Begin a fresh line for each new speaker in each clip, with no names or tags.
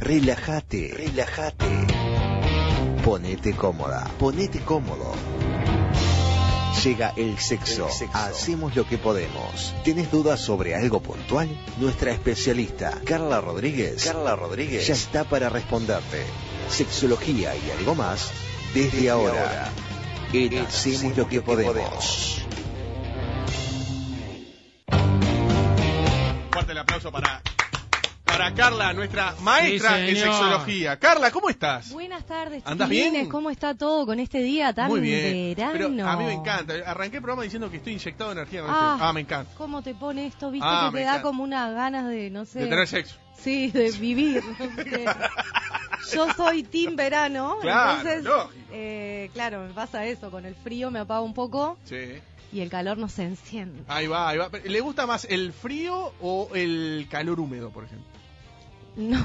Relájate, relájate. Ponete cómoda, ponete cómodo. Llega el sexo.
El sexo.
Hacemos lo que podemos. ¿Tenés dudas sobre algo puntual? Nuestra especialista, Carla Rodríguez,
Carla Rodríguez.
ya está para responderte. Sexología y algo más desde,
Desde
ahora.
ahora.
En Hacemos lo que podemos.
Fuerte el aplauso para, para Carla, nuestra maestra
Sí,
en
señor.
sexología. Carla, ¿cómo estás?
Buenas tardes,
¿Andás
chiquilines.
bien?
¿Cómo está todo con este día tan
Muy bien.
verano?
Pero a mí me encanta. Arranqué el programa diciendo que estoy inyectado de energía. con
Ah.
este- Ah, me encanta.
¿Cómo te pone esto? Viste
Ah,
que
me
te da
encanta.
como unas ganas de, no sé.
De tener sexo.
Sí, de vivir. no sé. Yo soy team verano,
Claro,
entonces.
lógico.
eh, claro, me pasa eso. Con el frío me apaga un poco
Sí.
y el calor no se enciende.
Ahí va, ahí va. Pero, ¿Le gusta más el frío o el calor húmedo, por ejemplo?
No.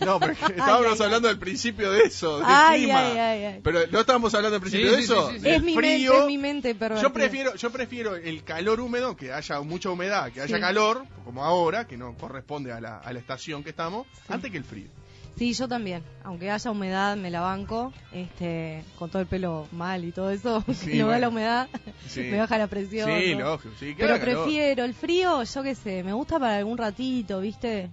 No, porque
Ay,
estábamos
ay,
hablando al principio de eso, del
Ay,
clima.
ay, ay, ay.
Pero no estábamos hablando al principio
Sí,
de
sí,
eso.
sí, sí, sí.
del
Es mi
frío.
mente, es mi mente, pero.
Yo prefiero, yo prefiero el calor húmedo, que haya mucha humedad, que haya
Sí.
calor, como ahora, que no corresponde a la, a la estación que estamos,
Sí.
antes que el frío.
Sí, yo también. Aunque haya humedad, me la banco. Este, con todo el pelo mal y todo eso, que
Sí,
no da
bueno.
la humedad,
Sí.
me baja la presión.
Sí,
¿no?
lógico, sí, que
Pero
haga calor.
prefiero el frío, yo qué sé, me gusta para algún ratito, ¿viste?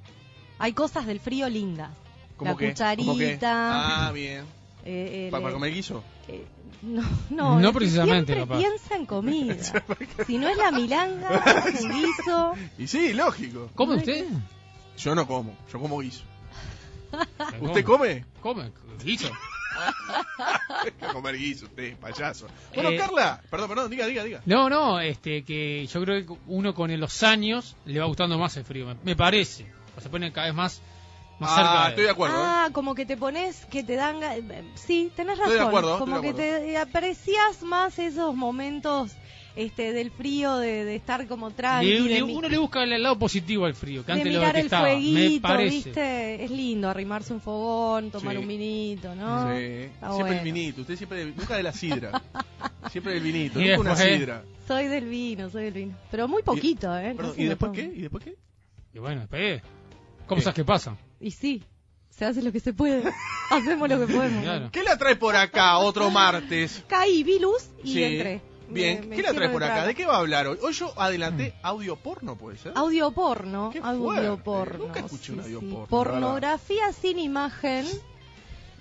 Hay cosas del frío lindas.
¿Cómo
la
qué?
cucharita.
¿Cómo qué? Ah, bien.
eh, el-
¿Para, para comer guiso?
eh, no, no,
No
es que
precisamente, capaz.
siempre piensa en comida. si no es la milanga, es un guiso.
Y sí, lógico.
¿Come
Ay,
usted?
Yo no como, yo como guiso.
Me
¿Usted come?
Come, guiso.
A comer guiso, usted, payaso. Bueno,
Eh,
Carla, perdón, perdón, diga, diga, diga.
No, no, este, que yo creo que uno con los años le va gustando más el frío, me, me parece. O se pone cada vez más, más
ah,
cerca.
estoy de acuerdo. ¿eh?
Ah, como que te pones, que te dan... ga- eh, Sí, tenés razón.
Estoy de acuerdo,
como
estoy de
que te eh, aprecias más esos momentos este, del frío, de, de estar como tranqui.
Le-
de
le-
mi-
uno le busca el lado positivo al frío, que
de
antes lo
mirar el
detestaba. me
fueguito,
parece.
¿viste? Es lindo arrimarse un fogón, tomar
Sí.
un vinito, ¿no?
Sí,
Está
siempre
bueno.
el vinito, usted siempre, de- nunca de la sidra. siempre del vinito,
Y
nunca una
después, ¿eh?
sidra.
Soy del vino, soy del vino. Pero muy poquito, ¿eh? No
Perdón,
se
¿Y
me
después
toma.
qué? ¿Y después qué?
Y bueno, después, cosas que pasan.
Y sí, se hace lo que se puede. Hacemos lo que podemos.
Claro.
¿Qué la trae por acá otro martes?
Caí, vi luz y
Sí,
entré.
Bien,
Me- me
¿qué la trae
hicieron
por acá?
entrar. Mm.
¿De qué va a hablar hoy? Hoy yo adelanté audio porno, ¿puede ser?
Audio porno,
Qué
audio
fuerte.
porno.
Nunca escuché un audio porno,
Pornografía sin imagen.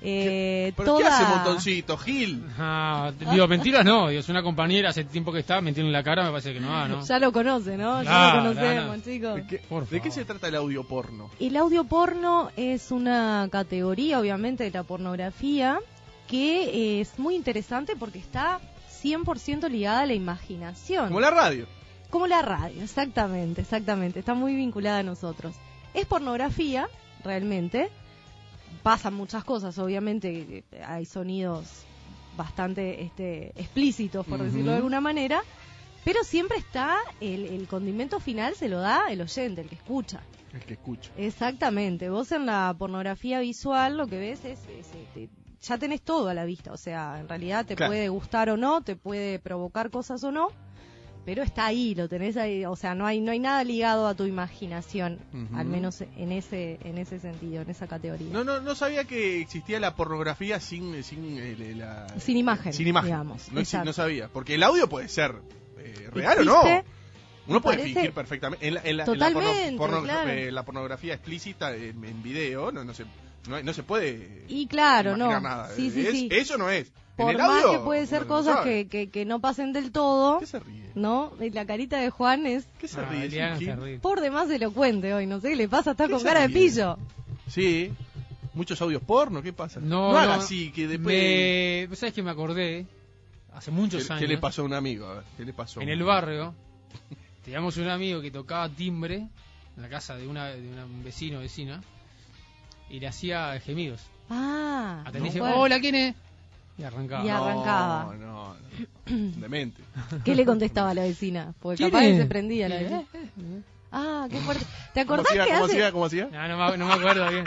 Eh,
¿Pero
toda...
qué hace montoncito, Gil?
Ah, digo, mentiras no, digo, es una compañera, hace tiempo que está, metiendo en la cara, me parece que no, ah, no.
Ya lo conoce, ¿no? ya
Claro,
lo conocemos,
no, no.
chicos.
¿De qué,
Por
de qué
favor.
se trata el audio porno?
El audio porno es una categoría, obviamente, de la pornografía que eh, es muy interesante porque está 100% ligada a la imaginación.
Como la radio.
Como la radio, exactamente, exactamente. Está muy vinculada a nosotros. Es pornografía, realmente. Pasan muchas cosas, obviamente. eh, Hay sonidos bastante este, explícitos, por decirlo de
Ujú.
alguna manera. Pero siempre está el, el condimento final, se lo da el oyente, el que escucha.
El que escucho.
Exactamente. Vos en la pornografía visual lo que ves es, es, eh, te- ya tenés todo a la vista. O sea, en realidad te
Claro.
puede gustar o no, te puede provocar cosas o no, pero está ahí, lo tenés ahí. O sea, no hay no hay nada ligado a tu imaginación,
Ujú.
al menos en ese en ese sentido, en esa categoría.
No, no, no sabía que existía la pornografía sin, sin, eh, la,
Sin imagen,
sin imagen.
digamos,
No, exi-
exacto.
no sabía, porque el audio puede ser eh, real o no.
Existe,
Uno puede
parece-
fingir perfectamente. En la, en la- en la
Totalmente, claro.
eh, la pornografía explícita en, en video no, no, se, no, no se puede.
Y claro, no.
imaginar Nada.
Sí, sí,
Es-
sí.
Eso no es. en
Por
el
más
audio,
que puede ser
no se
cosas
sabe.
que, que, que no pasen del todo,
¿Qué se ríe?
¿no? Y La carita de Juan es
¿Qué se
Ah,
ríe?
Eliana
Sin
está
Gil.
riendo.
por demás elocuente hoy, no sé qué le pasa, está
¿Qué
con
se
cara de
ríe?
pillo.
Sí. Muchos audios porno, ¿qué pasa?
No,
haga
no,
así, que después.
me- ¿Sabes que me acordé? Hace
¿Qué,
muchos
qué
años.
le pasó a un amigo? A ver, ¿Qué le pasó?
En el barrio teníamos un amigo que tocaba timbre en la casa de una de una- un vecino vecina y le hacía gemidos.
Ah,
Atendía y
no
decía,
puede-
"Hola, ¿quién es?" Y arrancaba.
Y
No,
arrancaba.
no, no. Demente.
¿Qué le contestaba a la vecina? Porque
¿Quién
capaz que
es?
se prendía la
¿Quién
vecina. Ah, qué fuerte. ¿Te
¿Cómo
acordás
hacía?
que
¿Cómo
hace-
hacía? ¿Cómo hacía?
Ah, No, no, me- no me acuerdo bien.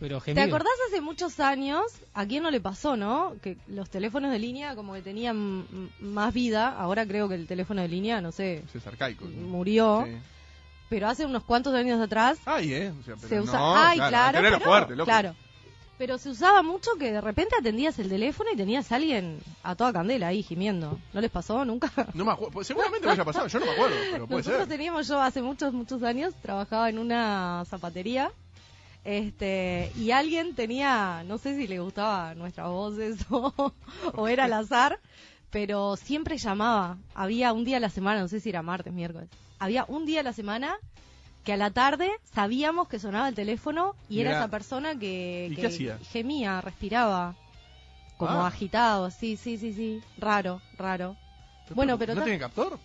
Pero
¿Te
gemidos.
acordás hace muchos años? ¿A quién no le pasó, no? Que los teléfonos de línea como que tenían m- más vida. Ahora creo que el teléfono de línea, no sé,
Eso es arcaico. ¿no?
murió.
Sí.
pero hace unos cuantos años atrás
Ay, ¿eh? o sea, pero
se usa.
no,
Ay,
claro,
claro.
tenerlo
pero,
fuerte, loco.
claro. Pero se usaba mucho que de repente atendías el teléfono y tenías a alguien a toda candela ahí gimiendo. ¿No les pasó nunca?
No me acuerdo. pues, Seguramente me haya pasado, yo no me acuerdo, pero puede
Nosotros
ser.
teníamos, yo hace muchos, muchos años trabajaba en una zapatería. Este, y alguien tenía, no sé si le gustaba nuestras voces o, o era al azar, pero siempre llamaba. Había un día a la semana, no sé si era martes, miércoles. Había un día a la semana que a la tarde sabíamos que sonaba el teléfono y era
Mirá.
esa persona que,
¿Y
que
qué hacía?
gemía, respiraba, como
Ah.
agitado, sí, sí, sí, sí, raro, raro. Bueno, pero
¿No
ta-
tiene captor?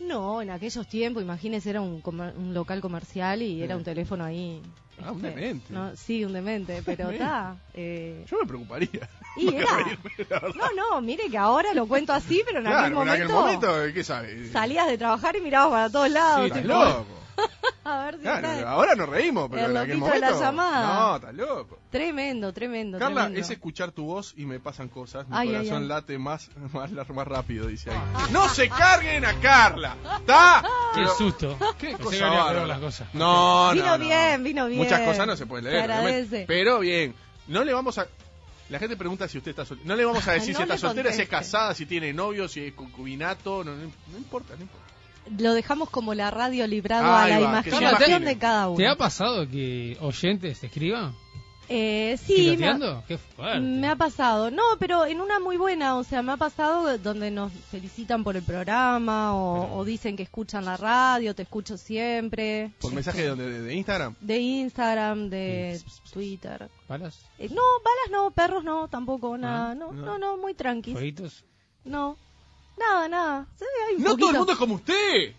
no, en aquellos tiempos, imagínese, era un, comer- un local comercial y era
Sí.
un teléfono ahí.
Ah, un
este,
demente.
no, sí, un demente, pero
Demente.
está. eh,
Yo me preocuparía.
y
Voy a
era.
reírme, la verdad.
No, no, mire que ahora lo cuento así, pero en
claro,
aquel momento.
en aquel momento, ¿qué sabes?
Salías de trabajar y mirabas para todos lados.
Sí,
Estás
tipo,
loco.
a ver si
Claro,
está-
ahora nos reímos, pero
El
en aquel
loquito de
momento.
la llamada.
No, está loco.
Tremendo, tremendo.
Carla,
tremendo.
es escuchar tu voz y me pasan cosas. Mi
Ay, ay,
corazón
ay. Ah.
late más, más, lar- más rápido, dice ahí. ¡No se carguen a Carla! ¡Está!
Qué
Pero-
susto.
¿Qué
Pensé
cosa
que había
bárbara.
peor las cosas.
No, no,
Vino
no.
bien, vino bien.
Muchas cosas no se pueden leer.
Se
obviamente.
agradece.
Pero bien, no le vamos a... La gente pregunta si usted está soltera. No le vamos a decir
No
si
le
está soltera, si es
conteste.
casada, si tiene novio, si es concubinato. No, no- no importa, no importa.
Lo dejamos como la radio librado
Ahí
a la
va, que se
imaginación
imagine.
de cada uno.
¿Te ha pasado que oyentes te escriban?
Eh, sí, me ha-
¿Tiroteando? Qué
Ah,
fuerte.
Me ha pasado, no, pero en una muy buena, o sea, me ha pasado donde nos felicitan por el programa o, o dicen que escuchan la radio, te escucho siempre,
¿Por mensaje de, de, de Instagram?
de Instagram, de
Sí, pss,
Twitter.
¿Palas?
Eh, no, balas no, perros no, tampoco, nada,
Ah,
no,
no.
no, no, muy tranqui,
¿Fueguitos?
no, nada, nada. Sí, hay un
No todo el
poquito.
mundo es como usted.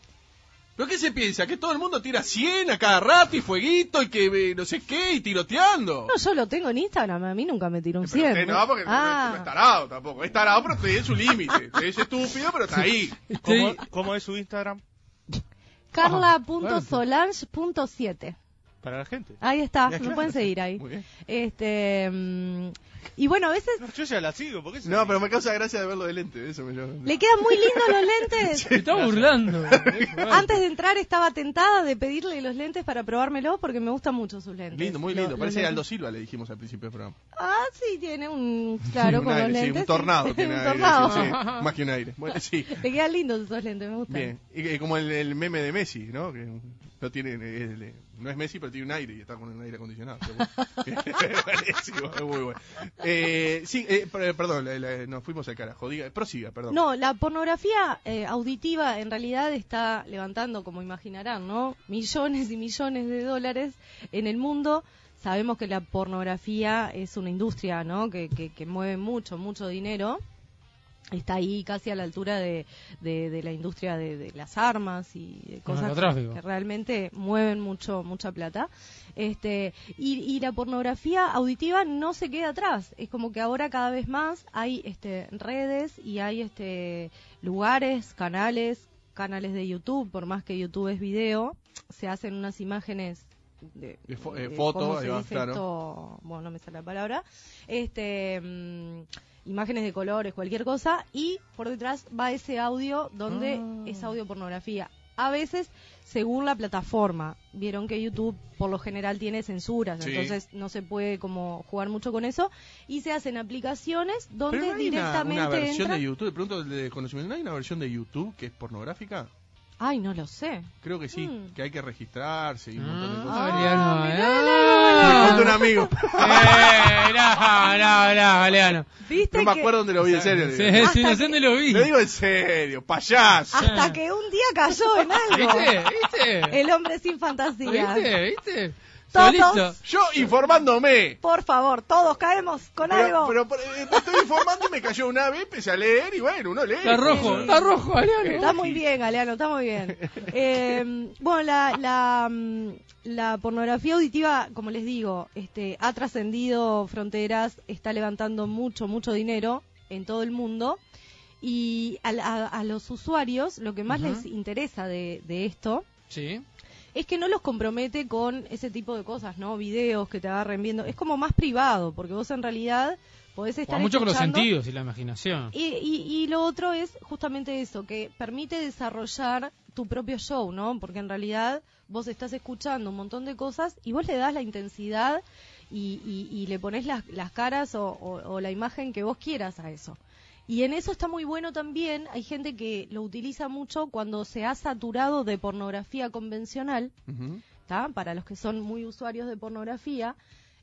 ¿Pero qué se piensa? ¿Que todo el mundo tira 100 a cada rato y fueguito y que eh, no sé qué y tiroteando?
No, yo lo tengo en Instagram, a mí nunca me tiró un
Pero
100.
usted no, porque no-
Ah.
no es tarado tampoco. Es tarado, pero usted es su límite. Usted es estúpido, pero está ahí.
¿Cómo, cómo es su Instagram
Ah.
Carla.solange.7.
para la gente?
Ahí está,
Ya,
me
claro.
pueden seguir ahí.
Muy bien.
Este mm, y bueno, a veces
No, yo ya la sigo, porque
No, pero me causa gracia de verlo de lente. Eso me llama.
le quedan muy lindos los lentes.
Te está burlando. Qué fuerte.
Antes de entrar estaba tentada de pedirle los lentes para probármelo porque me gustan mucho sus lentes.
Lindo, muy
Lo-
lindo.
los
Parece Aldo
lentes.
Silva, le dijimos al principio del programa.
Ah, sí, tiene un claro
un
con los
aire, sí,
lentes.
un tornado
sí.
tiene
un
aire, sí,
tornado.
sí, sí. más que un aire. Bueno, sí.
Le quedan lindos esos lentes, me gustan.
Bien. Y, que- como el, el meme de Messi, ¿no? Que no tiene eh, el- el- no es Messi, pero tiene un aire y está con un aire acondicionado. Pero bueno. Buenísimo, es muy bueno. Eh, sí, eh, per- perdón, la- la- nos fuimos al carajo. Diga, prosiga, perdón.
No, la pornografía eh, auditiva en realidad está levantando, como imaginarán, ¿no? Millones y millones de dólares en el mundo. Sabemos que la pornografía es una industria, ¿no? Que, que- que mueve mucho, mucho dinero. Está ahí casi a la altura de, de- de la industria de, de las armas y de cosas
narcotráfico.
que realmente mueven mucho, mucha plata. Este, y, y la pornografía auditiva no se queda atrás. Es como que ahora cada vez más hay este, redes y hay este, lugares, canales, canales de YouTube, por más que YouTube es video, se hacen unas imágenes de,
De fo- eh,
de
foto,
cómo se
ahí va,
dice
claro.
esto? bueno, no me sale la palabra, este, mm, imágenes de colores, cualquier cosa, y por detrás va ese audio donde
Ah.
es audio pornografía. A veces, según la plataforma, vieron que YouTube por lo general tiene censuras,
Sí.
entonces no se puede como jugar mucho con eso, y se hacen aplicaciones donde
Pero no hay una,
directamente
una versión
entra-
de YouTube, de pronto de conocimiento, ¿no hay una versión de YouTube que es pornográfica?
Ay, no lo sé.
Creo que sí,
Mm.
que hay que registrarse y un montón de cosas.
Ah,
Ah, Galeano,
mirá,
Me cuenta un
eh.
amigo.
Eh, mirá, mirá, mirá, Galeano.
¿Viste
No me
que-
acuerdo dónde lo vi, en serio.
Sí,
le
sí,
digo.
no sé dónde lo vi.
Lo digo en serio, payaso.
Hasta que un día cayó en
¿Viste?
algo.
¿Viste?
El hombre sin fantasía.
¿Viste? ¿Viste?
Todos.
Solito.
Yo informándome.
Por favor, todos caemos con
Pero,
algo.
pero, eh, me estoy informando y me cayó una vez, empecé a leer y bueno, uno lee.
Está rojo,
Sí.
está rojo, Galeano.
Está muy bien, Galeano, está muy bien. Eh, bueno, la, la, mm, la pornografía auditiva, como les digo, este, ha trascendido fronteras, está levantando mucho, mucho dinero en todo el mundo. Y a, la- a los usuarios lo que más
Ujú.
les interesa de, de esto
Sí.
es que no los compromete con ese tipo de cosas, ¿no? Videos que te agarren viendo. Es como más privado, porque vos en realidad podés estar
Juega mucho con los
escuchando-
Ah. sentidos y la imaginación.
Y, y- y lo otro es justamente eso, que permite desarrollar tu propio show, ¿no? Porque en realidad vos estás escuchando un montón de cosas y vos le das la intensidad y, y- y le pones las, las caras o, o- o la imagen que vos quieras a eso. Y en eso está muy bueno también, hay gente que lo utiliza mucho cuando se ha saturado de pornografía convencional,
Ujú.
¿tá? para los que son muy usuarios de pornografía,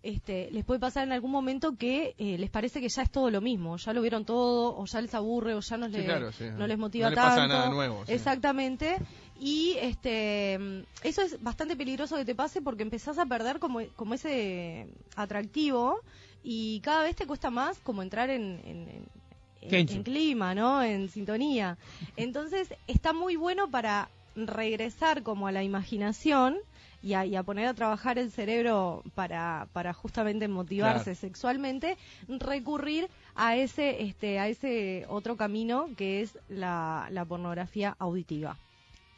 este, les puede pasar en algún momento que eh, les parece que ya es todo lo mismo, ya lo vieron todo, o ya les aburre, o ya no,
Sí,
le-
claro, sí.
no les motiva
No le pasa
tanto.
nada nuevo, sí.
Exactamente. Y este, mm, eso es bastante peligroso que te pase porque empezás a perder como, como ese atractivo y cada vez te cuesta más como entrar en- en- en, en,
Kenchu.
en clima, ¿no? En sintonía. Entonces, está muy bueno para regresar como a la imaginación y a, y a poner a trabajar el cerebro para, para justamente motivarse
Claro.
sexualmente, recurrir a ese, este, a ese otro camino que es la, la pornografía auditiva.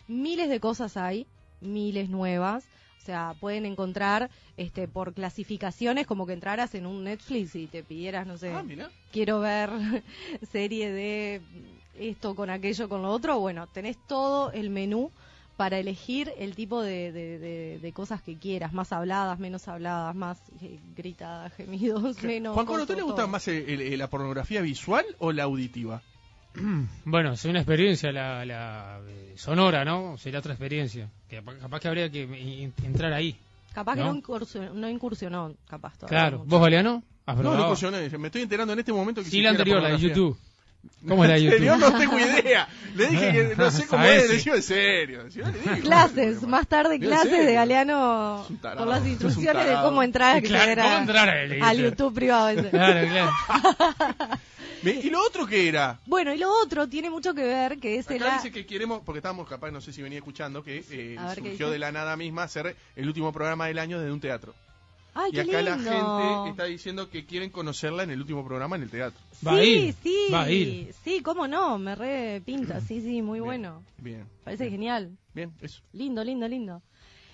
Miles de cosas hay, miles nuevas. O sea, pueden encontrar este, por clasificaciones como que entraras en un Netflix y te pidieras, no sé,
Ah, mira.
quiero ver serie de esto con aquello con lo otro, bueno, tenés todo el menú para elegir el tipo de, de- de- de cosas que quieras, más habladas, menos habladas, más eh, gritadas, gemidos, menos...
Juan Carlos, ¿a
coso,
usted le gusta
todo.
más el- el- la pornografía visual o la auditiva?
Bueno, es una experiencia la, la, eh, sonora, ¿no? Sería otra experiencia. Que capaz, capaz que habría que en- entrar ahí.
Capaz que
¿no?
no incursionó, no incursionó capaz todavía
Claro.
mucho.
¿Vos, Galeano? ¿Has
No,
probado?
no incursioné, me estoy enterando en este momento que
Sí, la
existía
anterior, la de
pornografía.
YouTube. ¿Cómo es la de
¿En serio?
YouTube?
No tengo idea. Le dije que no sé cómo
Sabés,
es, le
sí.
digo en serio. Si no le digo,
Clases,
no sé,
más tarde
¿En
clases de
serio?
Galeano
Es un tarado,
con las
es un
instrucciones de
tarado.
cómo entrar a
Claro,
acceder a-
¿cómo entrar a él?
al YouTube privado. ese.
Claro, claro.
Me- ¿Y lo otro que era?
Bueno, y lo otro tiene mucho que ver, que es
Acá
el... a-
dice que queremos, porque estábamos capaz, no sé si venía escuchando, que eh,
A ver, ¿qué
surgió
dice?
de la nada misma hacer el último programa del año desde un teatro.
Ay,
y
qué
acá la
lindo.
gente está diciendo que quieren conocerla en el último programa en el teatro.
Va a ir,
sí, sí,
va a ir.
sí, cómo no, me re pinta, sí, sí, muy
Bien,
bueno,
Bien.
parece genial,
Bien, eso.
lindo, lindo, lindo.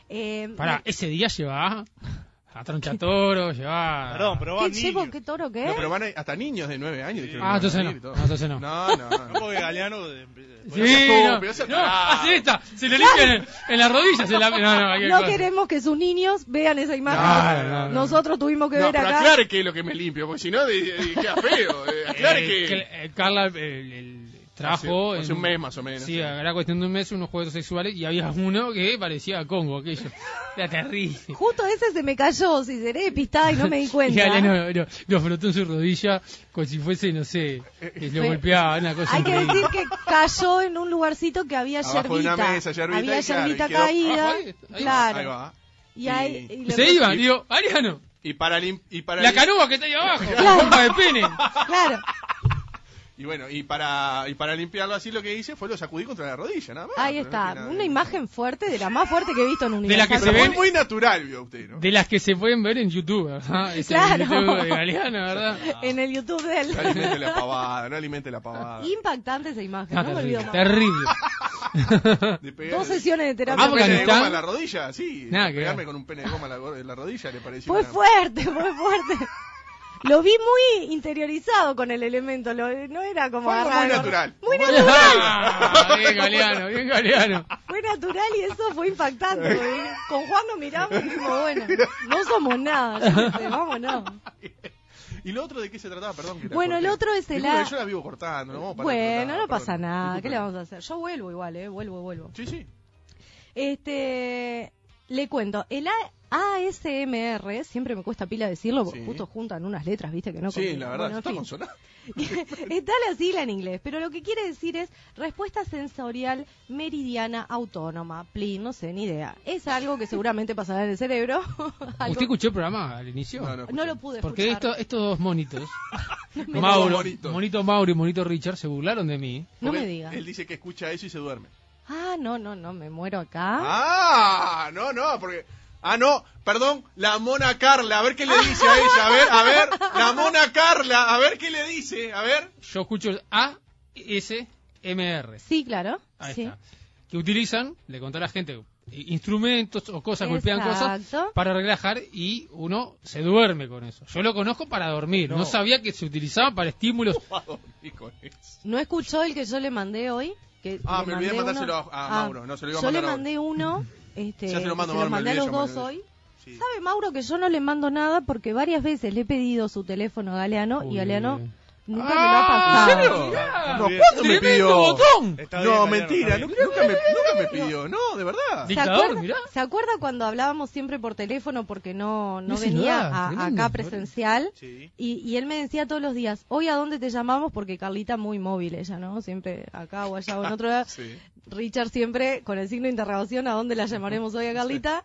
Eh,
Pará, ese día lleva a Tronchatoro, lleva.
Perdón, pero
¿Qué
van
llevo?
niños.
¿Qué toro? ¿Qué?
No, pero van a- hasta niños de 9 años. dijeron que
Ah,
van a
entonces
venir
no.
y todo.
No, entonces no.
No, no, no.
No, porque Galeano... eh,
Sí,
Pero
no,
pero ese
no,
tarado.
hace esta, se le limpia en, en la rodilla, se la, no, no, hay que-
no queremos que sus niños vean esa imagen.
No, no, no.
Nosotros tuvimos que
No,
ver
pero
acá.
aclare que es lo que me limpio, porque si no, de- de- queda feo. eh, Aclare
Eh,
que...
Cla- eh, Carla el, el- trajo
Hace- hace
en-
un mes más o menos,
Sí,
sí.
era cuestión de un mes unos juegos sexuales y había uno que parecía Congo, aquello. Era terrible.
Justo ese se me cayó, si seré pistada y no me di
Y
cuenta.
Ale no, no, lo frotó en su rodilla como si fuese, no sé, que lo
Fe-
golpeaba, una cosa
Hay que
increíble.
decir que cayó en un lugarcito que había
Abajo de
yerbita.
una mesa, yerbita,
había
y claro,
yerbita
y quedó-
caída.
Abajo, ahí- ahí va,
claro.
Ahí va.
Y ahí-
Y-
y
Y
le-
se iba, digo, Ariano,
Y para, lim- y para
la
lim-
canoa que está ahí abajo, la
Claro.
bomba de pene.
Claro.
Y bueno, y para, y para limpiarlo así lo que hice fue lo sacudí contra la rodilla, nada más.
Ahí
Ah, pero no
está,
tiene nada-
una imagen fuerte, de la más fuerte que he visto en un
De la que
Pero
se
muy,
ven-
muy natural, vio usted, ¿no?
De las que se pueden ver en YouTube, ¿verdad? Ese
Claro.
YouTube de Galeano, ¿verdad?
En el YouTube de
No
él.
alimente la pavada, no alimente la pavada.
Impactante esa imagen,
No,
no, me olvido
terrible,
más.
terrible.
De pegar-
Dos sesiones de terapia.
Ah,
Con un pene de
Afganistán.
goma en la rodilla, sí.
Nada que
pegarme
ver.
con un pene de goma en la, go- en la rodilla le pareció.
Fue
una-
fuerte, fue fuerte. Lo vi muy interiorizado con el elemento, lo- no era como
Fue algo muy
agarrar-
natural.
Muy na-
Ah, bien Galeano, bien Galeano.
fue natural y eso fue impactante. porque Con Juan nos miramos y dijimos, bueno, no somos nada, yo qué sé, vámonos.
¿Y lo otro de qué se trataba? Perdón. que la
Bueno, el
corté.
otro es el
Disculpe,
a-
Yo la vivo cortando, no vamos a parar de
Bueno,
cortar,
no pasa
perdón.
nada, ¿qué
Disculpe.
le vamos a hacer? Yo vuelvo igual, eh, vuelvo, vuelvo.
Sí, sí.
Este, le cuento, el A- ASMR, siempre me cuesta pila decirlo, porque
Sí.
justo juntan unas letras, viste, que no
sí,
combinan.
la verdad,
Bueno, en
está
fin.
consonante.
Está la sigla en inglés, pero lo que quiere decir es respuesta sensorial meridiana autónoma. Plin, no sé, ni idea. Es algo que seguramente pasará en el cerebro. Algo-
¿Usted escuchó el programa al inicio?
No, no.
No lo pude
Porque
escuchar.
esto- estos dos monitos,
me
Mauro,
digas. Monitos.
monito Mauro y monito Richard, se burlaron de mí.
No
Porque
me diga.
Él dice que escucha eso y se duerme.
Ah, no, no, no, me muero acá.
Ah, no, no, porque. Ah, no, perdón, la mona Carla, a ver qué le dice a ella, a ver, a ver, la mona Carla, a ver qué le dice, a ver.
Yo escucho el ASMR.
Sí, claro.
Ahí
sí.
está. Que utilizan, le conté a la gente, i- instrumentos o cosas, golpean cosas
Exacto.
para relajar y uno se duerme con eso. Yo lo conozco para dormir, no,
No.
sabía que se utilizaba para estímulos.
Va a dormir con eso.
¿No escuchó el que yo le mandé hoy? que
Ah,
le
me olvidé de
mandé
mandárselo
uno- Ah,
a- a Mauro, no, se lo iba a
yo
mandar
le
ahora.
mandé uno, este,
Ya se lo mando
que
a Mauro, me
mandé a
olvidé
los
de
dos
llamarle.
hoy.
Sí.
¿Sabe Mauro que yo no le mando nada porque varias veces le he pedido su teléfono a Galeano y
Uy.
Galeano nunca
Ah,
me
¿en
lo ha pasado.
serio? Mirá.
No, ¿cuándo me
¡Tremendo
pidió?
botón!
Está bien,
No,
Mariano,
mentira,
está bien.
nunca, nunca me, nunca me pidió, no, de verdad.
¿Se
Dictador,
acuerda,
mirá.
¿Se acuerda cuando hablábamos siempre por teléfono porque no, no
No sé
venía
nada,
a-
tremendo,
acá
boludo.
presencial?
Sí.
Y, y él me decía todos los días, hoy a dónde te llamamos, porque Carlita muy móvil ella, ¿no? Siempre acá o allá o en otro lado.
Sí.
Richard siempre con el signo de interrogación, ¿a dónde la llamaremos hoy a Carlita?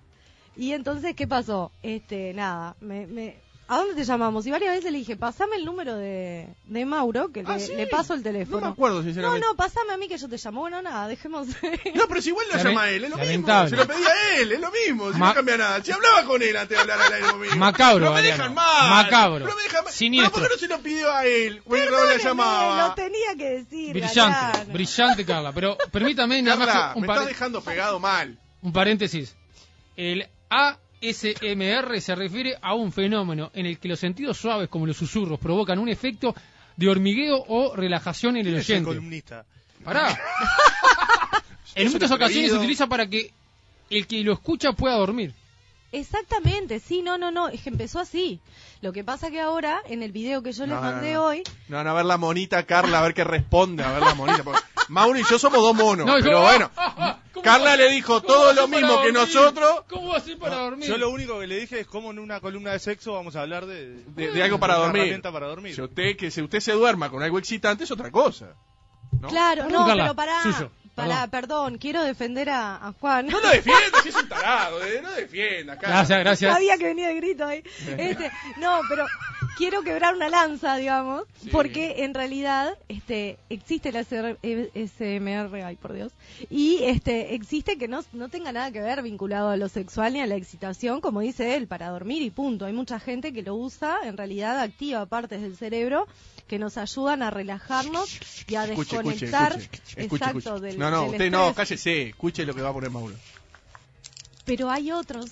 Y entonces, ¿qué pasó? Este, nada, me, me- ¿a dónde te llamamos? Y varias veces le dije, pasame el número de, de Mauro, que
Ah,
le,
sí.
le paso el
No
teléfono.
me acuerdo,
no,
sinceramente.
no, pasame a mí que yo te llamo. Bueno, nada, dejemos...
No, pero si igual lo
Lame-
llama a él, es lo
lamentable.
mismo. Se lo pedía a él, es lo mismo. Si
Ma-
no cambia nada. Si hablaba con él antes de hablar al aire conmigo.
Macabro,
No me
Mariano.
dejan mal.
Macabro.
No me dejan mal.
Siniestro.
Pero ¿por qué no se lo pidió a él? Cuando
Perdóneme,
la llamaba.
lo tenía que decir.
Brillante,
Galeano.
brillante Carla. Pero permítame nada
Carla,
más un,
me estás
par-
dejando pegado mal.
un paréntesis. El ASMR se refiere a un fenómeno en el que los sentidos suaves como los susurros provocan un efecto de hormigueo o relajación en el
Es el
oyente.
columnista.
Pará.
Es
en
un
muchas ocasiones se
atrevido.
utiliza para que el que lo escucha pueda dormir.
Exactamente, sí, no, no, no, es que empezó así. Lo que pasa que ahora, en el video que yo les
No, no,
mandé
no.
hoy,
No, van a ver la monita Carla, a ver qué responde, a ver la monita. porque Mauro y yo somos dos monos,
No, yo-
pero bueno.
¿Cómo
Carla
va-
le dijo
cómo
todo
va a
lo
ser para
mismo que
dormir?
nosotros. Ah,
¿Cómo así para dormir?
Yo lo único que le dije es cómo en una columna de sexo vamos a hablar de,
De, de algo para
una
dormir.
herramienta para dormir.
Si usted, que si usted se duerma con algo excitante es otra cosa. ¿no?
claro,
Perdón,
no,
Carla,
pero pará,
suyo.
pará, perdón. quiero defender a, a Juan.
No lo defiendas, es un tarado, eh, no
Ah,
defiendas, Carla.
Gracias, gracias.
Sabía que venía de grito ahí. Este, no, pero quiero quebrar una lanza, digamos,
Sí.
porque en realidad este existe la SR eh, SMR, ay por Dios, y este existe que no, no tenga nada que ver vinculado a lo sexual ni a la excitación, como dice él, para dormir y punto. Hay mucha gente que lo usa, en realidad activa partes del cerebro que nos ayudan a relajarnos y a
Escuche, escuche,
desconectar
escuche, escuche,
exacto
escuche.
del
No, no,
del
usted no,
estrés.
cállese, escuche lo que va a poner Mauro.
Pero hay otros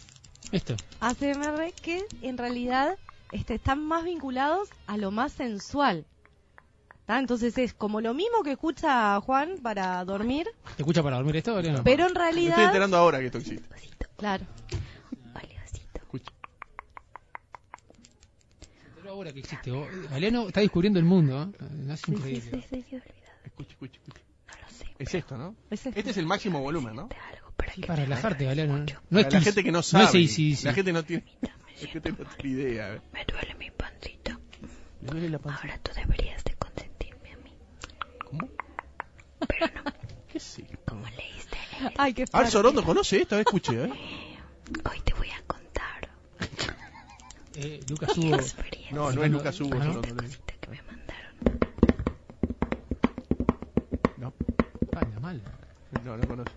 Esto.
ACMR que en realidad este, están más vinculados a lo más sensual. ¿Tá? Entonces es como lo mismo que escucha Juan para dormir,
¿Te escucha para dormir esto, Adriano?
pero en
Me estoy
realidad...
enterando ahora que esto existe.
Claro.
Escuche.
Pero ahora que existe vos. Galeano está descubriendo el mundo, ¿eh? No es increíble.
Escuche, escuche, escuche. Es esto, ¿no?
Es esto.
Este es el máximo volumen, ¿no?
Sí, para relajarte, Galeano. No,
Para
es
la
easy.
gente que no
No
sabe.
es easy, easy.
La gente no tiene, la gente no tiene idea.
Me duele mi pancito.
Le duele la panza.
Ahora tú deberías de consentirme a mí.
¿Cómo? ¿Qué es esto?
Leíste.
Ay, qué
Al
fuerte.
Sorondo conoce esto, escuche, ¿eh?
Hoy te voy a contar
Eh, Lucas Hugo.
experiencia
No, no es Lucas Hugo,
Ah, ¿no?
Sorondo. le digo.
que me mandaron.
No,
Anda, mal.
no, no conoce.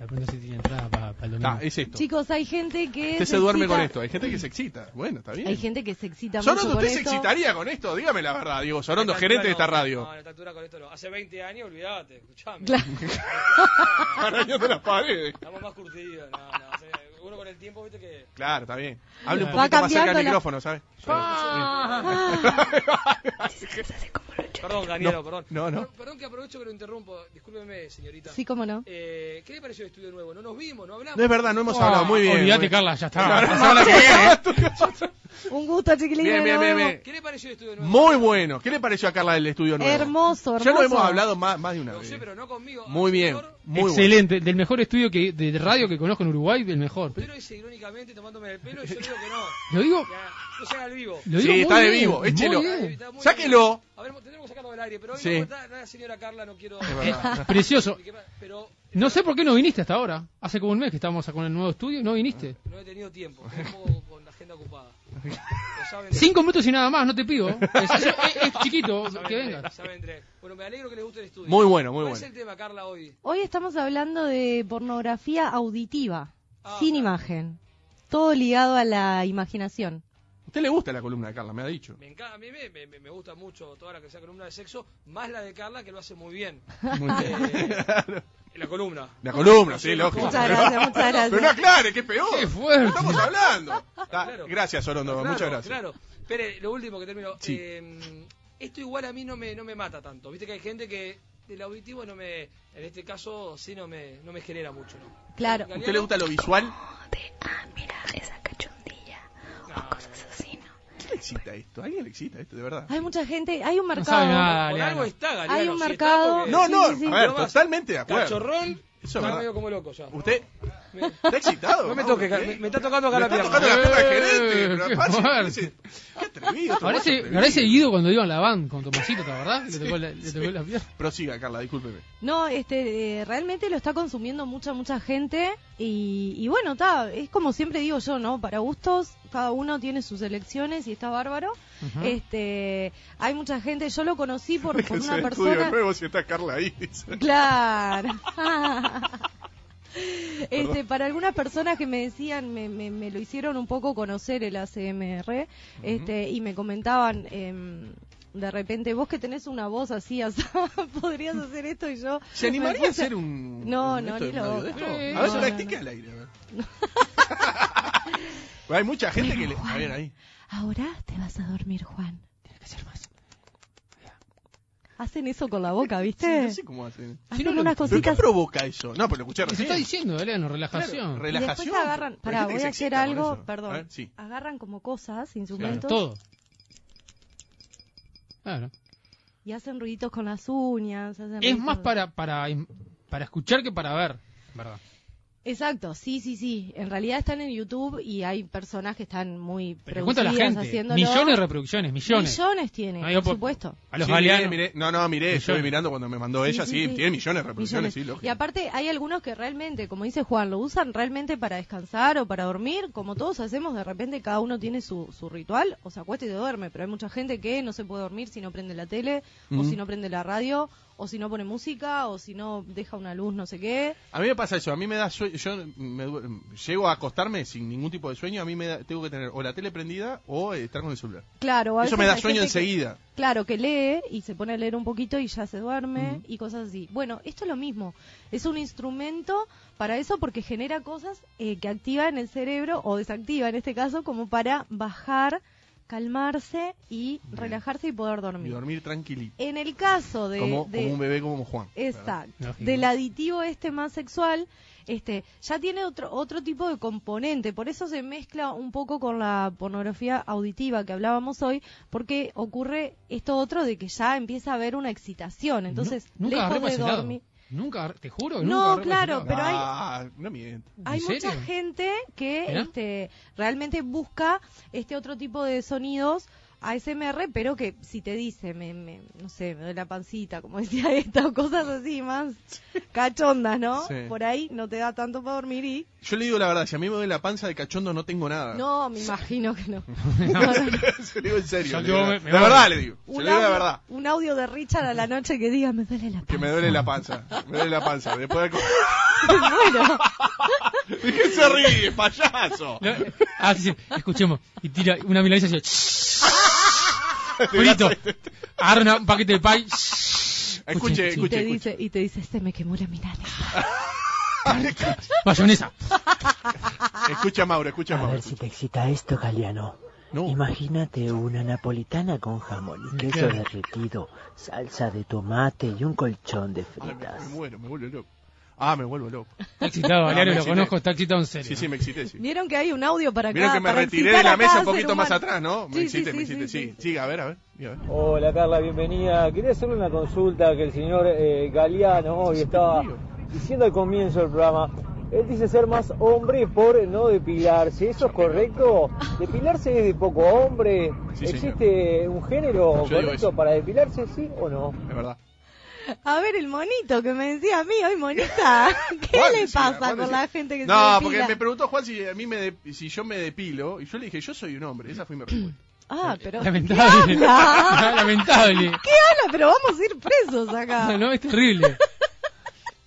La pregunta si tiene entrada para el domingo.
Ah, es esto.
Chicos, hay gente que...
Usted se duerme
excita-
con esto, hay gente que se excita. Bueno, está bien.
Hay gente que se excita mucho
Sorondo,
con
¿usted se
esto.
excitaría con esto? Dígame la verdad, Diego Sorondo,
esta
gerente de esta
altura no,
radio.
No, en esta altura con esto no. Hace 20 años, olvídate, escuchame.
Claro.
Arañando las paredes.
Estamos más curtidos. No, no, o sea, uno con el tiempo, viste que.
Claro, está bien. Hable un
Va
poquito más cerca
cambiando
del
la-
micrófono, ¿sabes? Ah.
Perdón, Danielo,
No,
perdón.
no, no.
Perdón- Perdón que aprovecho que lo interrumpo. Discúlpeme, señorita.
Sí, cómo no.
Eh, ¿Qué le pareció el estudio nuevo? No nos vimos, no hablamos.
No es verdad, no hemos
Ah,
hablado. Muy bien.
Olvídate,
muy bien.
Carla, ya está.
Claro.
Pasaba la que viene.
Un gusto, chiquilín.
¿eh? Bien,
de
bien, bien,
nuevo.
bien.
¿Qué le pareció el estudio nuevo?
Muy bueno. ¿Qué le pareció a Carla del estudio nuevo?
Hermoso,
Ya lo
hermoso.
hemos hablado más, más de una
No
vez.
sé, pero no conmigo.
Muy bien.
Anterior,
Muy bueno.
Excelente. Del mejor estudio que, de radio que conozco en Uruguay, del mejor.
Pero dice irónicamente tomándome el pelo y yo digo que no.
Lo digo.
Ya, no se haga el vivo. eh,
Lo
Sí,
digo
está
muy
de
bien,
vivo,
muy
échelo.
bien.
Está muy
Sáquelo.
bien. A ver, tenemos que sacarlo del aire, pero hoy
Sí.
no está la señora Carla, no quiero.
Es
Eh,
verdad.
precioso.
Pero
No sé por qué no viniste hasta ahora. Hace como un mes que estábamos con el nuevo estudio y no viniste.
no he tenido tiempo, estoy un poco con la agenda ocupada. Lo saben.
Cinco minutos y nada más, no te pido. Es, es- es chiquito,
Saben
que
tres,
vengas.
saben tres. Bueno, me alegro que les guste el estudio.
Muy bueno, muy
¿Cuál
bueno.
es el tema, Carla, hoy?
Hoy estamos hablando de pornografía auditiva,
Ah,
sin
claro.
imagen. Todo ligado a la imaginación.
usted le gusta la columna de Carla, me ha dicho.
Me encanta, a mí me, me- me gusta mucho toda la que sea columna de sexo, más la de Carla, que lo hace muy bien.
Muy bien.
Eh, la columna.
La columna, sí, lógico.
Muchas gracias, muchas gracias.
Pero no aclare, que es peor.
Qué fuerte.
Estamos hablando. Está-
Claro.
Gracias, Sorondo.
Claro,
Muchas gracias.
Claro. Espere, lo último que termino.
Sí.
Eh, Esto igual a mí no me, no me mata tanto. Viste que hay gente que el auditivo no me, en este caso sí no me, no me genera mucho. ¿no?
Claro.
¿A usted le gusta lo visual?
Como de, ah, mira, esa cachondilla.
No,
O cosas así, ¿no?
¿Qué le excita esto? ¿A alguien le excita esto, de verdad?
Hay mucha gente, hay un mercado.
sabe nada.
Por
Galeano.
algo está, Galeano.
Hay un
si está,
mercado-
porque-
No,
Sí,
no,
sí, sí.
a ver,
No vas.
totalmente de acuerdo.
Cachorrón,
Eso es
está
verdad.
medio como loco ya.
¿Usted
Me-
está excitado? Ah,
No me toque,
¿Qué?
me- me está tocando acá
¿Eh? Me
la
está
pierna.
tocando la pierna
¡Eh!
gerente, pero
¡Qué
aparte,
fuerte!
parece- Qué atrevido. Tomás,
Parece,
atrevido.
parece Guido cuando iba en la van con Tomasito, ¿te acordás? Le tocó la, le tocó la pierna.
Prosiga, Carla, discúlpeme.
No, este, eh, realmente lo está consumiendo mucha, mucha gente. Y, y bueno, ta, es como siempre digo yo, ¿no? Para gustos, cada uno tiene sus elecciones y está bárbaro.
Ujú.
Este, hay mucha gente, yo lo conocí por, por
Es
una
el estudio
persona.
nuevo si está Carla ahí. dice.
Claro. este, para algunas personas que me decían, me, me- me lo hicieron un poco conocer el ACMR, este, y me comentaban em, de repente, vos que tenés una voz así, asá, podrías hacer esto y yo.
¿Se
me
animaría a
puse-
hacer un.
No,
un
no,
esto de
ni
un audio de
loco.
esto?
Eh,
A ver,
no,
practique
no,
al aire. a ver. Pues Hay mucha gente que le. A ver, ahí.
Ahora te vas a dormir, Juan.
Tiene que ser más.
Hacen eso con la boca,
Sí,
¿viste?
no sé cómo hacen.
Hacen
Sí, no, no,
unas
¿Pero qué
cositas.
provoca eso? No, pero lo escuché
Se
recién.
está diciendo, Galeano,
Claro,
relajación.
y
relajación.
después agarran,
Hay
pará,
gente que
voy
se
a hacer
excita con
algo,
eso.
perdón.
A ver, sí.
Agarran como cosas,
Claro,
instrumentos,
todo. Claro.
y hacen ruiditos con las uñas. hacen
Es
ruiditos-
más para, para, para escuchar que para ver, ¿verdad?
Exacto, sí, sí, sí. En realidad están en YouTube y hay personas que están muy
Pero cuenta la
producidas
gente.
haciéndolo.
Millones de reproducciones, millones.
Millones tiene,
No, yo
por
por-
supuesto.
A los
Sí,
Galeano.
miré, miré. No, no, miré, estuve
Millones.
mirando cuando me mandó Pues ella, sí, tiene millones de reproducciones,
Millones.
sí, lógico.
Y aparte hay algunos que realmente, como dice Juan, lo usan realmente para descansar o para dormir, como todos hacemos, de repente cada uno tiene su, su ritual, o se acuesta y se duerme, pero hay mucha gente que no se puede dormir si no prende la tele, o
Mm.
si no prende la radio, o si no pone música, o si no deja una luz, no sé qué.
A mí me pasa eso, a mí me da sueño, yo me du- llego a acostarme sin ningún tipo de sueño, a mí me da- tengo que tener o la tele prendida o eh, estar con el celular.
Claro, a
Eso
veces
me da
hay
sueño
gente que-
enseguida.
Claro, que lee y se pone a leer un poquito y ya se duerme y cosas así. Bueno, esto es lo mismo. Es un instrumento para eso porque genera cosas eh, que activa en el cerebro o desactiva en este caso como para bajar, calmarse y relajarse y poder
Y
dormir.
dormir tranquilito.
En el caso de...
como,
de-
como un bebé como Juan. ¿verdad?
Exacto.
Lógico.
Del aditivo este más sexual, este, ya tiene otro, otro tipo de componente. Por eso se mezcla un poco con la pornografía auditiva que hablábamos hoy, porque ocurre esto otro de que ya empieza a haber una excitación. Entonces,
Nu- nunca agarré
lejos de
pasionado.
dormir.
Nunca, agarré- te juro. que
No,
nunca agarré
claro,
pasionado.
pero hay-
ah, no miento.
Hay
¿En
mucha
serio?
gente que
Mirá.
este, realmente busca este otro tipo de sonidos ASMR, pero que si te dice, me, me- no sé, me doy la pancita, como decía esta, o cosas así más cachondas, ¿no?
Sí.
Por ahí no te da tanto para dormir y...
Yo le digo la verdad, si a mí me duele la panza de cachondo no tengo nada.
No, me imagino que no.
Se lo Ah. digo en serio.
Yo
le
digo,
digo la-
me- me
la
voy.
verdad le digo. Se lo
Un
digo la
audio,
verdad.
un audio de Richard a la noche que diga, me duele la panza.
Que me duele la panza. Me duele la panza. Después de...
Bueno,
¿Qué se ríe, payaso?
No, eh, ah, sí, sí, escuchemos. Y tira una milanesa y hace- Frito. Agarra una- un paquete de pie.
Escuche,
y
escuche,
te
escuche.
dice, y te dice, se me quemó la mirada.
Mayonesa.
Escucha, Mauro, escucha,
A
Mauro.
ver si te excita esto, Galeano.
No.
Imagínate una napolitana con jamón y queso
Claro.
derretido, salsa de tomate y un colchón de
Ay, me, me
fritas.
muero, me vuelvo loco. Ah, me vuelvo loco.
Está excitado, Galeano,
me
lo
excité.
conozco, está excitado en serio.
Sí, sí, me excité, sí.
Vieron que hay un audio para acá.
Vieron que me
para
retiré de
excitar
la
a cada
mesa un
ser
poquito más
humano.
atrás, ¿no? Me
Sí, sí,
excité,
sí,
me excité,
sí,
sí.
sí.
Sigue, a ver, a ver. siga, a ver.
Hola Carla, bienvenida. Quería hacerle una consulta que el señor eh, Galeano hoy
Ah.
estaba diciendo al comienzo del programa. Él dice ser más hombre por no depilarse. ¿Eso es correcto? ¿Depilarse es de poco hombre?
Sí, señor.
¿Existe un género
Yo digo
correcto
eso.
para depilarse, sí o no?
Es verdad.
A ver, el monito que me decía a mí hoy, monita. ¿Qué
Juan,
le
decía,
pasa
Juan
con
decía.
la gente que
No,
se
porque
depila?
me preguntó Juan si a mí me de- si yo me depilo y yo le dije, "Yo soy un hombre." Esa fue mi respuesta.
Ah, pero.
Lamentable.
¿Qué habla?
Lamentable.
¿Qué habla? Pero vamos a ir presos acá.
No, no, es terrible.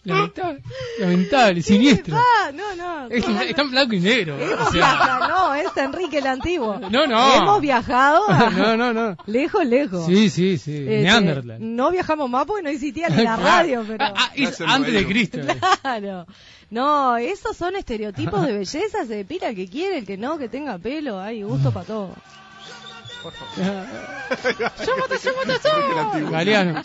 Lamentable, lamentable siniestro.
Ah, no, no.
Es,
totalmente.
está en blanco y negro.
Hemos
o sea,
viajado, no, es Enrique el Antiguo.
No, no.
Hemos viajado a-
no, no, no.
lejos, lejos.
Sí, sí, sí.
Este,
Neandertal.
No viajamos más porque no existía ni la
Claro.
radio, pero.
Ah, ah, es
Gracias,
antes de
Rodrigo.
Cristo. eh,
Claro. No, esos son estereotipos de belleza. Se depila el que quiere, el que no, que tenga pelo. Hay gusto para todo.
por favor.
¡Llámate, llámate,
El antiguo.
Galeano.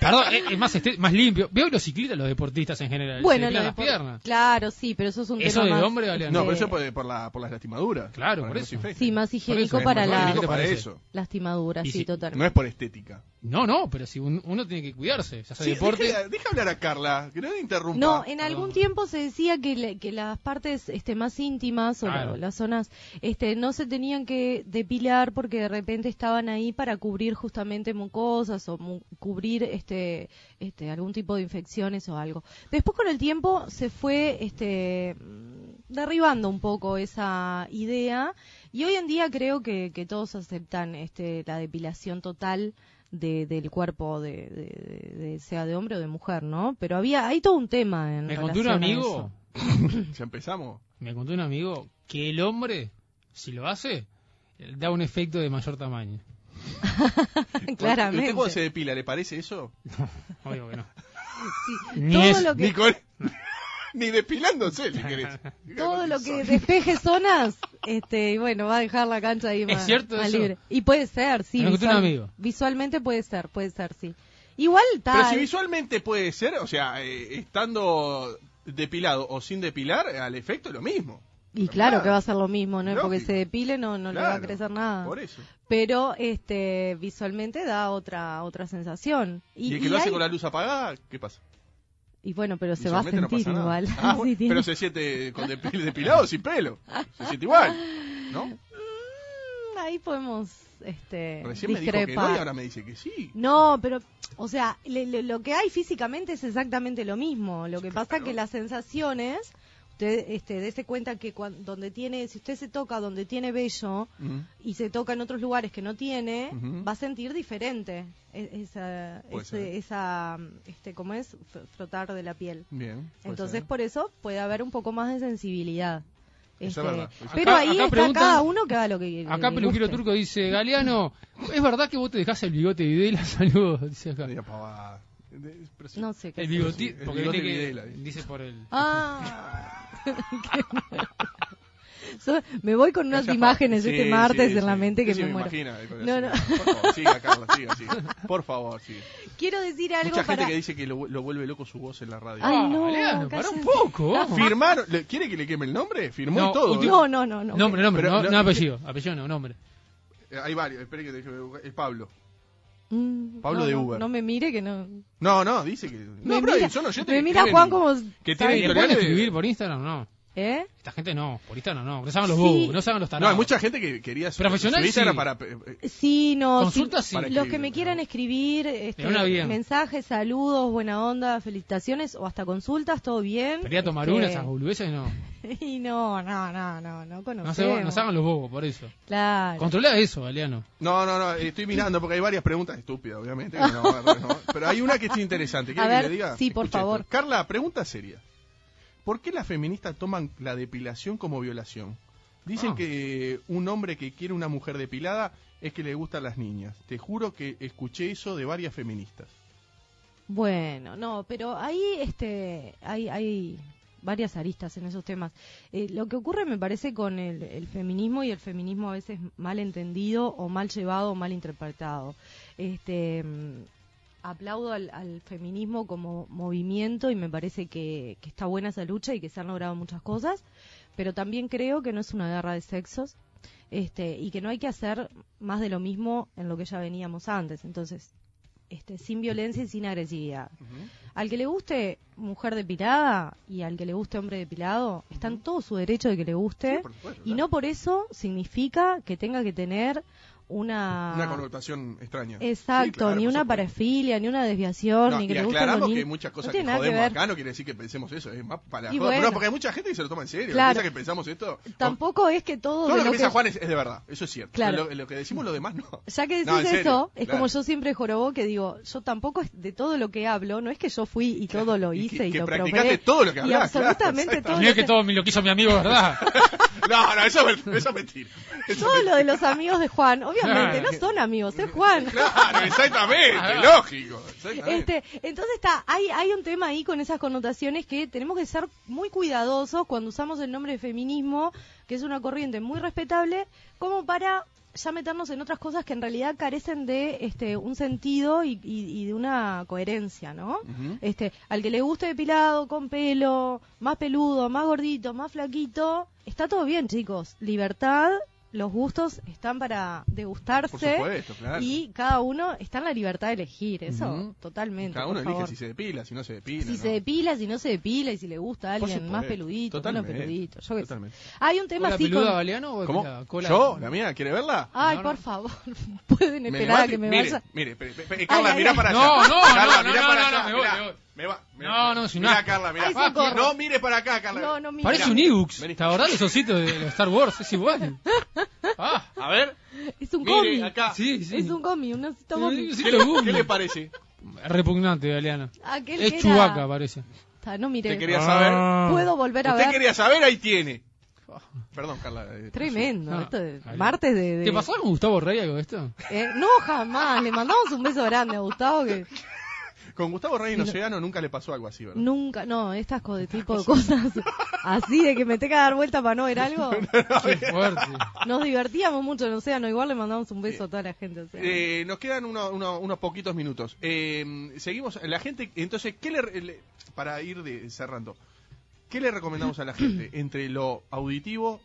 Perdón, es, es más, este- más limpio. Veo los ciclistas, los deportistas en general.
Bueno,
se
lo
depilan
de por-
las piernas.
Claro, sí, pero eso es un
Eso
tema
del
más-
hombre, Galeano.
No, pero eso por, por la, por las lastimaduras.
Claro,
Para
por
que no
eso.
se infecten.
Sí, más higiénico
eso,
para
es
Más
la-
las
higiénico para
parece?
eso.
lastimaduras,
Y
sí,
si-
totalmente.
No es por estética.
No, no, pero si un- uno tiene que cuidarse. Se hace
Sí,
deporte.
deja, deja hablar a Carla, que no le interrumpa.
No, eh. en algún
Perdón.
tiempo se decía que, le- que las partes este, más íntimas o la-
Claro.
las zonas este, no se tenían que depilar porque de repente estaban ahí para cubrir justamente mucosas o mu- cubrir este, este, algún tipo de infecciones o algo. Después con el tiempo se fue este, mm, derribando un poco esa idea y hoy en día creo que, que todos aceptan este, la depilación total de- del cuerpo, de, de- de- de- sea de hombre o de mujer, ¿no? Pero había, hay todo un tema en
Me contó
relación
un
a
amigo,
eso.
Ya empezamos.
me contó un amigo que el hombre, si lo hace, da un efecto de mayor tamaño.
Claramente.
¿Usted cuando se depila, le parece eso?
Obvio que no.
Sí,
Ni
todo
es-
lo que,
Ni, con- ni depilándose, si querés.
todo lo que despeje zonas, este, y bueno, va a dejar la cancha ahí más,
cierto
más
eso?
libre. Y puede ser, sí.
Me lo contó un amigo.
Visualmente puede ser, puede ser, sí. Igual
Pero si
tal.
visualmente puede ser, o sea, eh, estando depilado o sin depilar, al efecto es lo mismo.
Y claro que va a ser lo mismo, ¿no?
Lógico.
Porque se depile no, no le va a
Claro,
crecer nada.
Por eso.
Pero este, visualmente da otra, otra sensación.
Y,
Y,
el que
y
lo hace
hay-
con la luz apagada, ¿qué pasa?
y bueno, pero se va a
Visualmente no
sentir
pasa nada.
igual.
Ah,
Sí,
bueno,
tiene-
Pero se siente con depil- depilado sin pelo. Se siente igual. ¿No?
Mm, Ahí podemos este,
Recién me dijo que
discrepar.
no y ahora me dice que sí.
No, pero, o sea, le- le- lo que hay físicamente es exactamente lo mismo. Lo que pasa es que las sensaciones, usted este, dése cuenta que cuan- donde tiene, si usted se toca donde tiene vello
Mm.
y se toca en otros lugares que no tiene,
Ujú.
va a sentir diferente e- esa,
Puede
ese-
ser.
esa, este, ¿cómo es? Fr- Frotar de la piel.
Bien. puede
Entonces,
ser.
por eso puede haber un poco más de sensibilidad.
Eso
Este,
es verdad.
pero
Acá-
ahí
acá
está
preguntan-
cada uno que haga lo que
Acá
le
Peluquero
guste.
Turco dice, Galeano, ¿es verdad que vos te dejás el bigote de Videla? Saludos, dice acá.
Mira, pavada. De- pero sí.
No sé qué
El
sé yo.
bigotí,
el
porque
bigote
viste que
Videla, dice.
dice por el...
Ah. So- me voy con unas
Ya está.
imágenes
Sí,
este martes
sí,
en la
sí.
mente que
Sí,
me, muero.
imagina, eh, con
No,
eso.
no.
Por favor, siga, Carla, siga, siga. Por favor, siga.
Quiero decir algo
Mucha
para. Ah,
gente que dice que lo, lo vuelve loco su voz en la radio.
Ay, no,
Ah, Galeano, pará un
cállense.
poco.
Firmaron. le- ¿Quiere que le queme el nombre? Firmó
No,
y todo.
último-
No, no, no, no.
Nombre, nombre,
Pero
no,
lo-
no apellido. Apellido no, nombre.
Eh, Hay varios. Espere que te- Es Pablo.
Mm,
Pablo
no,
de
no,
Uber.
No me mire que no.
No, no, dice que. No,
me
bro,
mira,
son oyentes
me
que
mira
tienen-
Juan como.
Que tienen
¿Le pueden
editoriales. de-
escribir por Instagram? No.
¿Eh?
Esta gente no, por Instagram no. No se hagan los
Sí.
bobos, no se hagan los
No,
tarados.
hay mucha gente que quería su,
Profesional,
su Instagram
sí.
para. eh, eh,
Sí, no.
Consultas sí.
sí.
Para
Los que
escribir,
me
¿no?
quieran escribir este,
De una bien.
mensajes, saludos, buena onda, felicitaciones o hasta consultas, todo bien.
Quería tomar
Este,
una, esas boludeces no.
Y no, no, no, no, no conocemos.
No se, no se hagan los bobos, por eso.
Claro.
Controlá eso, Galeano.
No, no, no, estoy mirando porque hay varias preguntas estúpidas, obviamente. que no, no, no. Pero hay una que es interesante. ¿Quiere
A
que
ver,
le diga?
sí, por
Escuche
favor.
esto. Carla, pregunta seria. ¿Por qué las feministas toman la depilación como violación? Dicen
Ah.
que eh, un hombre que quiere una mujer depilada es que le gustan las niñas. Te juro que escuché eso de varias feministas.
Bueno, no, pero ahí este, hay, hay varias aristas en esos temas. Eh, lo que ocurre, me parece, con el, el feminismo y el feminismo a veces mal entendido o mal llevado o mal interpretado. Este, mm, aplaudo al, al feminismo como movimiento y me parece que, que está buena esa lucha y que se han logrado muchas cosas, pero también creo que no es una guerra de sexos este, y que no hay que hacer más de lo mismo en lo que ya veníamos antes. Entonces, este, sin violencia y sin agresividad. Al que le guste mujer depilada y al que le guste hombre depilado, está en todo su derecho de que le guste.
por supuesto,
y no por eso significa que tenga que tener una...
Una connotación extraña. Sí,
Ah. Exacto,
claro,
ni
por
una
supuesto.
parafilia, ni una desviación,
No,
ni que
y
le gusten los
aclaramos
niños.
que muchas
No
cosas
tiene
que
nada
jodemos
ver.
acá no quiere decir que pensemos eso, es más para joda.
Y
Pero
bueno.
no, porque hay mucha gente que se lo toma en serio,
Claro.
piensa que pensamos esto.
Tampoco es que todo...
Todo
de
lo que
lo
piensa
que-
Juan es, es de verdad, eso es cierto.
Claro.
Pero Lo, lo que decimos lo demás no.
Ya que decís
No, en serio,
eso, es
claro.
como yo siempre jorobo que digo, yo tampoco es- de todo lo que hablo, no es que yo fui y todo lo
Y que-
hice y,
que
lo
practicaste
probé.
todo lo que
Y
hablás, claro,
absolutamente todo,
Mirá
lo
que
que-
todo me lo quiso mi amigo, ¿verdad?
No, no, eso, es- eso es mentira. Eso es
todo lo de los amigos de Juan. obviamente, no son amigos, es Juan.
Claro, exactamente,
Ah,
lógico. exactamente.
Este, entonces está, hay, hay un tema ahí con esas connotaciones que tenemos que ser muy cuidadosos cuando usamos el nombre de feminismo, que es una corriente muy respetable, como para ya meternos en otras cosas que en realidad carecen de este, un sentido y, y- y de una coherencia, ¿no?
Ujú.
Este, al que le guste depilado, con pelo, más peludo, más gordito, más flaquito, está todo bien, chicos. Libertad, los gustos están para degustarse.
Por supuesto, claro.
Y cada uno está en la libertad de elegir, eso,
Ujú.
totalmente.
Cada uno
por
elige
favor.
si se depila, si no se depila.
Si
¿no?
se depila, si no se depila, y si le gusta a
Por
alguien más
supuesto,
peludito,
totalmente,
menos peludito. Yo qué sé.
totalmente.
Hay un tema
¿Cola
así
peluda
con-
baleano o
¿Cómo?
cola- cola-
¿Yo? ¿La mía? ¿Quiere verla?
Ay,
No, no.
por favor, pueden esperar a
levante-
que Ah, me
mire,
vaya.
Mire, espere, espere, espere, Carla,
ay,
mirá
ay.
para allá.
No, no,
Carla,
no,
mirá
no,
para
no,
allá.
no, me voy,
mirá.
me voy.
Me va, me
No,
va.
no, es un
Mirá,
asco.
Carla, mirá. Ah,
Ay, socorro.
no mires para acá, Carla.
No, no mire.
Parece un
Mirá.
Ewoks.
Vení.
¿Te acordás de los ositos de los Star Wars? Es igual. Ah,
A ver,
Es un
mire,
cómic.
acá.
sí, sí.
Es un cómic, un osito
Sí,
cómic.
sí,
¿Qué
lo
le,
gumi.
qué le parece?
Repugnante, Galeano.
Aquel que
Es
era-
Chubaca, parece.
Ta, No
¿Usted
miré.
quería saber?
Ah.
Puedo volver a
¿Usted
ver.
quería saber? Ahí tiene. Perdón, Carla. eh,
Tremendo.
No,
esto de
dale.
martes de. de-
¿Te pasó con Gustavo Rey algo de esto?
Eh, no, jamás. Le mandamos un beso grande a Gustavo que
Con Gustavo Rey en Océano nunca le pasó algo así, ¿verdad?
nunca. No, estas co- de tipo de cosas así de que me tenga que dar vuelta para no ver algo.
Qué fuerte.
Nos divertíamos mucho en Océano. Igual le mandamos un beso a toda la gente. de Océano.
Eh, nos quedan uno- uno- unos poquitos minutos. Eh, seguimos. La gente, entonces, ¿qué le, le- para ir de- cerrando, ¿qué le recomendamos a la gente entre lo auditivo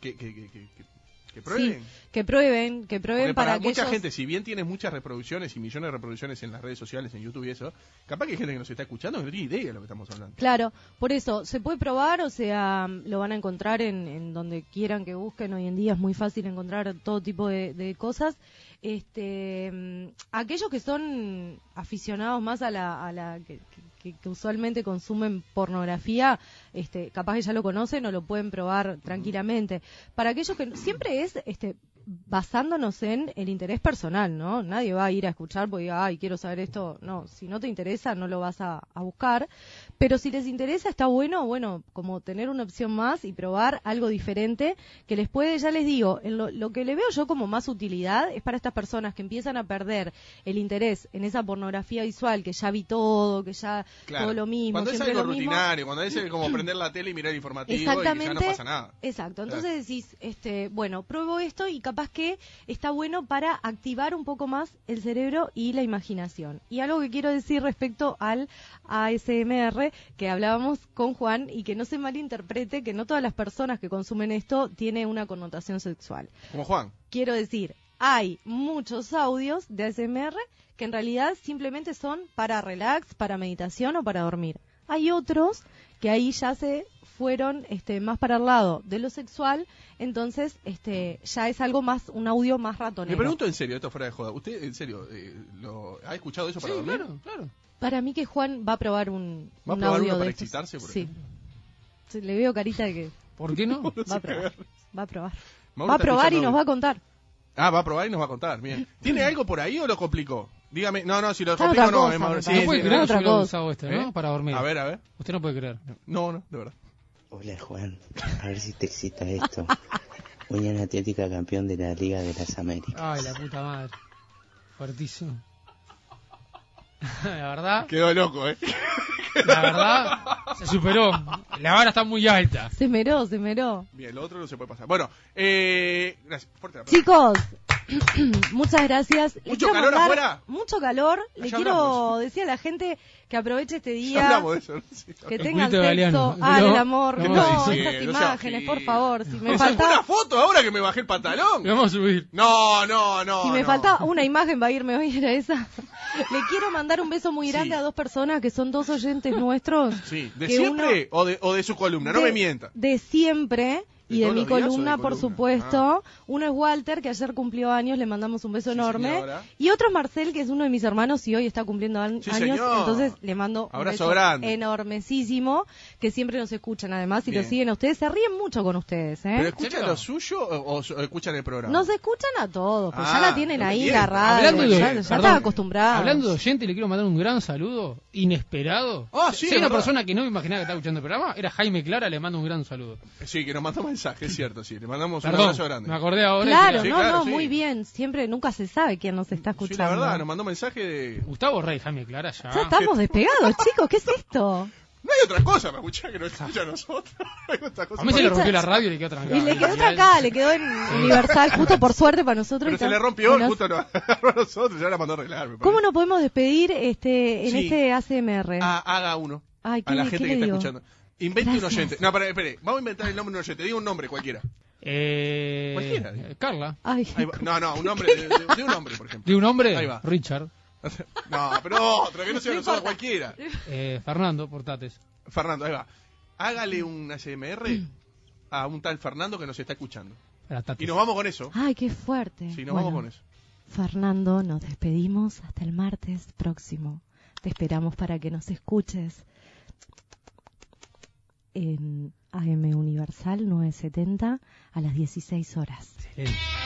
que, que, que- que- que- que prueben?
Sí, que prueben, que
Porque
prueben
para
para que
mucha gente, si bien tienes muchas reproducciones y millones de reproducciones en las redes sociales, en YouTube y eso, capaz que hay gente que nos está escuchando que no tiene idea de lo que estamos hablando.
Claro, por eso, se puede probar, o sea, lo van a encontrar en, en donde quieran que busquen. Hoy en día es muy fácil encontrar todo tipo de, de cosas. Este, mm, aquellos que son aficionados más a la, a la que, que- que usualmente consumen pornografía, este, capaz que ya lo conocen o lo pueden probar tranquilamente. Para aquellos que no- siempre es, este, basándonos en el interés personal, ¿no? Nadie va a ir a escuchar porque diga, ay, quiero saber esto. No, si no te interesa, no lo vas a, a buscar. Pero si les interesa, está bueno, bueno, como tener una opción más y probar algo diferente que les puede, ya les digo, en lo, lo que le veo yo como más utilidad es para estas personas que empiezan a perder el interés en esa pornografía visual, que ya vi todo, que ya todo lo mismo.
cuando es
siempre
algo
lo mismo.
rutinario, cuando es como prender la tele y mirar el informativo y que ya no pasa nada.
Exacto.
Claro.
Entonces decís, este, bueno, pruebo esto y capaz que está bueno para activar un poco más el cerebro y la imaginación. Y algo que quiero decir respecto al ASMR que hablábamos con Juan y que no se malinterprete que no todas las personas que consumen esto tiene una connotación sexual.
Como Juan.
Quiero decir, hay muchos audios de ASMR que en realidad simplemente son para relax, para meditación o para dormir. Hay otros que ahí ya se fueron este, más para el lado de lo sexual, entonces este, ya es algo más, un audio más ratonero.
Le pregunto en serio, esto fuera de joda. ¿Usted en serio eh, lo, ha escuchado eso
Sí,
para dormir?
claro, claro.
Para mí que Juan va a probar un,
¿Va a
un
probar
audio
uno
de
para
estos.
excitarse, por
Sí. Sí, Le veo carita de que
¿Por qué no?
va a probar. Va a probar.
Mauro
va a
está
probar y
escuchando-
nos va a contar.
Ah, va a probar y nos va a contar. Bien. ¿Tiene algo por ahí o lo complicó? Dígame. No, no, si lo
Está
complicó
otra
no,
cosa,
eh, Mauro.
me
Sí,
parece.
no
sí,
puede
sí,
creer
no,
que
otra
yo hubiera
cosa.
usado esto,
¿Eh?
¿no? Para dormir.
A ver, a ver.
Usted no puede creer.
No, no, de verdad.
Hola Juan, a ver si te excita esto. Unión Atlética campeón de la Liga de las Américas.
Ay, la puta madre. Fuertísimo. la verdad,
Quedó loco, ¿eh?
la verdad, se superó. La vara está muy alta.
Se meró, se meró.
Bien, lo otro no se puede pasar. Bueno, eh, gracias. Fuerte la aplauso.
Chicos, muchas gracias. Les
¿Mucho
quiero
calor afuera?
Mucho calor. Le
Ya
quiero
hablamos.
decir a la gente que aproveche este
Ya
día.
hablamos de eso. ¿no? Sí,
Que
El
tengan
culto de
sexo.
Galeano.
Ah,
No,
el amor.
no,
No,
sí,
esas
no sea
imágenes, por
gil.
favor. Si me
Me sacó una
falta,
foto ahora que me bajé el pantalón.
Le vamos a subir.
No, no, no.
si me
no.
falta una imagen, va a irme hoy era esa. Le quiero mandar un beso muy grande
Sí.
a dos personas que son dos oyentes nuestros.
Sí, de
que uno-
siempre o, de, o de su columna, no
de-
me mienta.
De siempre.
¿De
Y de
todos
mi
los días o de
columna, por
columna? Ah.
supuesto. Uno es Walter, que ayer cumplió años, le mandamos un beso
Sí,
enorme.
señora.
Y otro es Marcel, que es uno de mis hermanos y hoy está cumpliendo an-
Sí,
años.
señor.
Entonces le mando un
Abrazo
beso
grande.
enormesísimo, que siempre nos escuchan además y
Bien.
lo siguen a ustedes. Se ríen mucho con ustedes, ¿eh?
¿Pero escuchan
¿Serio?
lo suyo o, o- o escuchan el programa?
Nos escuchan a todos, pues ya
Ah,
la tienen
no me
ahí
mientas.
agarrada.
Hablando de-
Ah, ya, ya
perdón.
están acostumbrados.
Hablando de oyente, le quiero mandar un gran saludo, inesperado.
Ah, sí,
Si
es
hay una
verdad.
persona que no me imaginaba que estaba escuchando el programa, era Jaime Clara, le mando un gran saludo.
Eh, Sí, que nos mandó mensaje, es cierto, sí. Le mandamos Pues un
Perdón,
abrazo grande.
me acordé ahora.
Claro,
Sí,
no,
claro,
no,
sí.
muy bien. Siempre, nunca se sabe quién nos está
Sí,
escuchando.
la verdad, Ah, nos mandó mensaje de...
Gustavo Rey, Jaime Clara, ya.
Ya estamos despegados, chicos. ¿Qué es esto?
No hay otra cosa para escuchar que no escucha a nosotros. No hay otra cosa
A mí se
para-
le rompió la radio y le quedó trancada.
Y le quedó
Y
otra
él-
acá, le quedó en Universal, justo por suerte para nosotros.
Pero
Y
se
tan-
le rompió,
nos-
justo a no- a nosotros, ya la mandó a arreglar. me
¿Cómo
parece.
nos podemos despedir este en
Sí.
este ACMR?
Ah, haga uno.
Ay, ¿qué
a la
le-
gente que
qué le
está
digo?
escuchando. Invente un
Gracias.
oyente. No, espera, espere. Vamos a inventar el nombre de un oyente. Diga un nombre cualquiera.
Eh,
Cualquiera.
eh, Carla.
Ay,
Ahí va. No, no, un nombre. De, de- de un hombre, por ejemplo.
De un hombre,
Ahí va.
Richard.
No, pero otro, que no sea nosotros cualquiera.
Eh, Fernando Portates.
Fernando, ahí va. Hágale un ASMR a un tal Fernando que nos está escuchando.
Para Tates.
Y nos vamos con eso.
ay, qué fuerte.
Sí, nos
Ah, Bueno,
vamos con eso.
Fernando, nos despedimos hasta el martes próximo. Te esperamos para que nos escuches en AM Universal 970 a las 16 horas.
Excelente.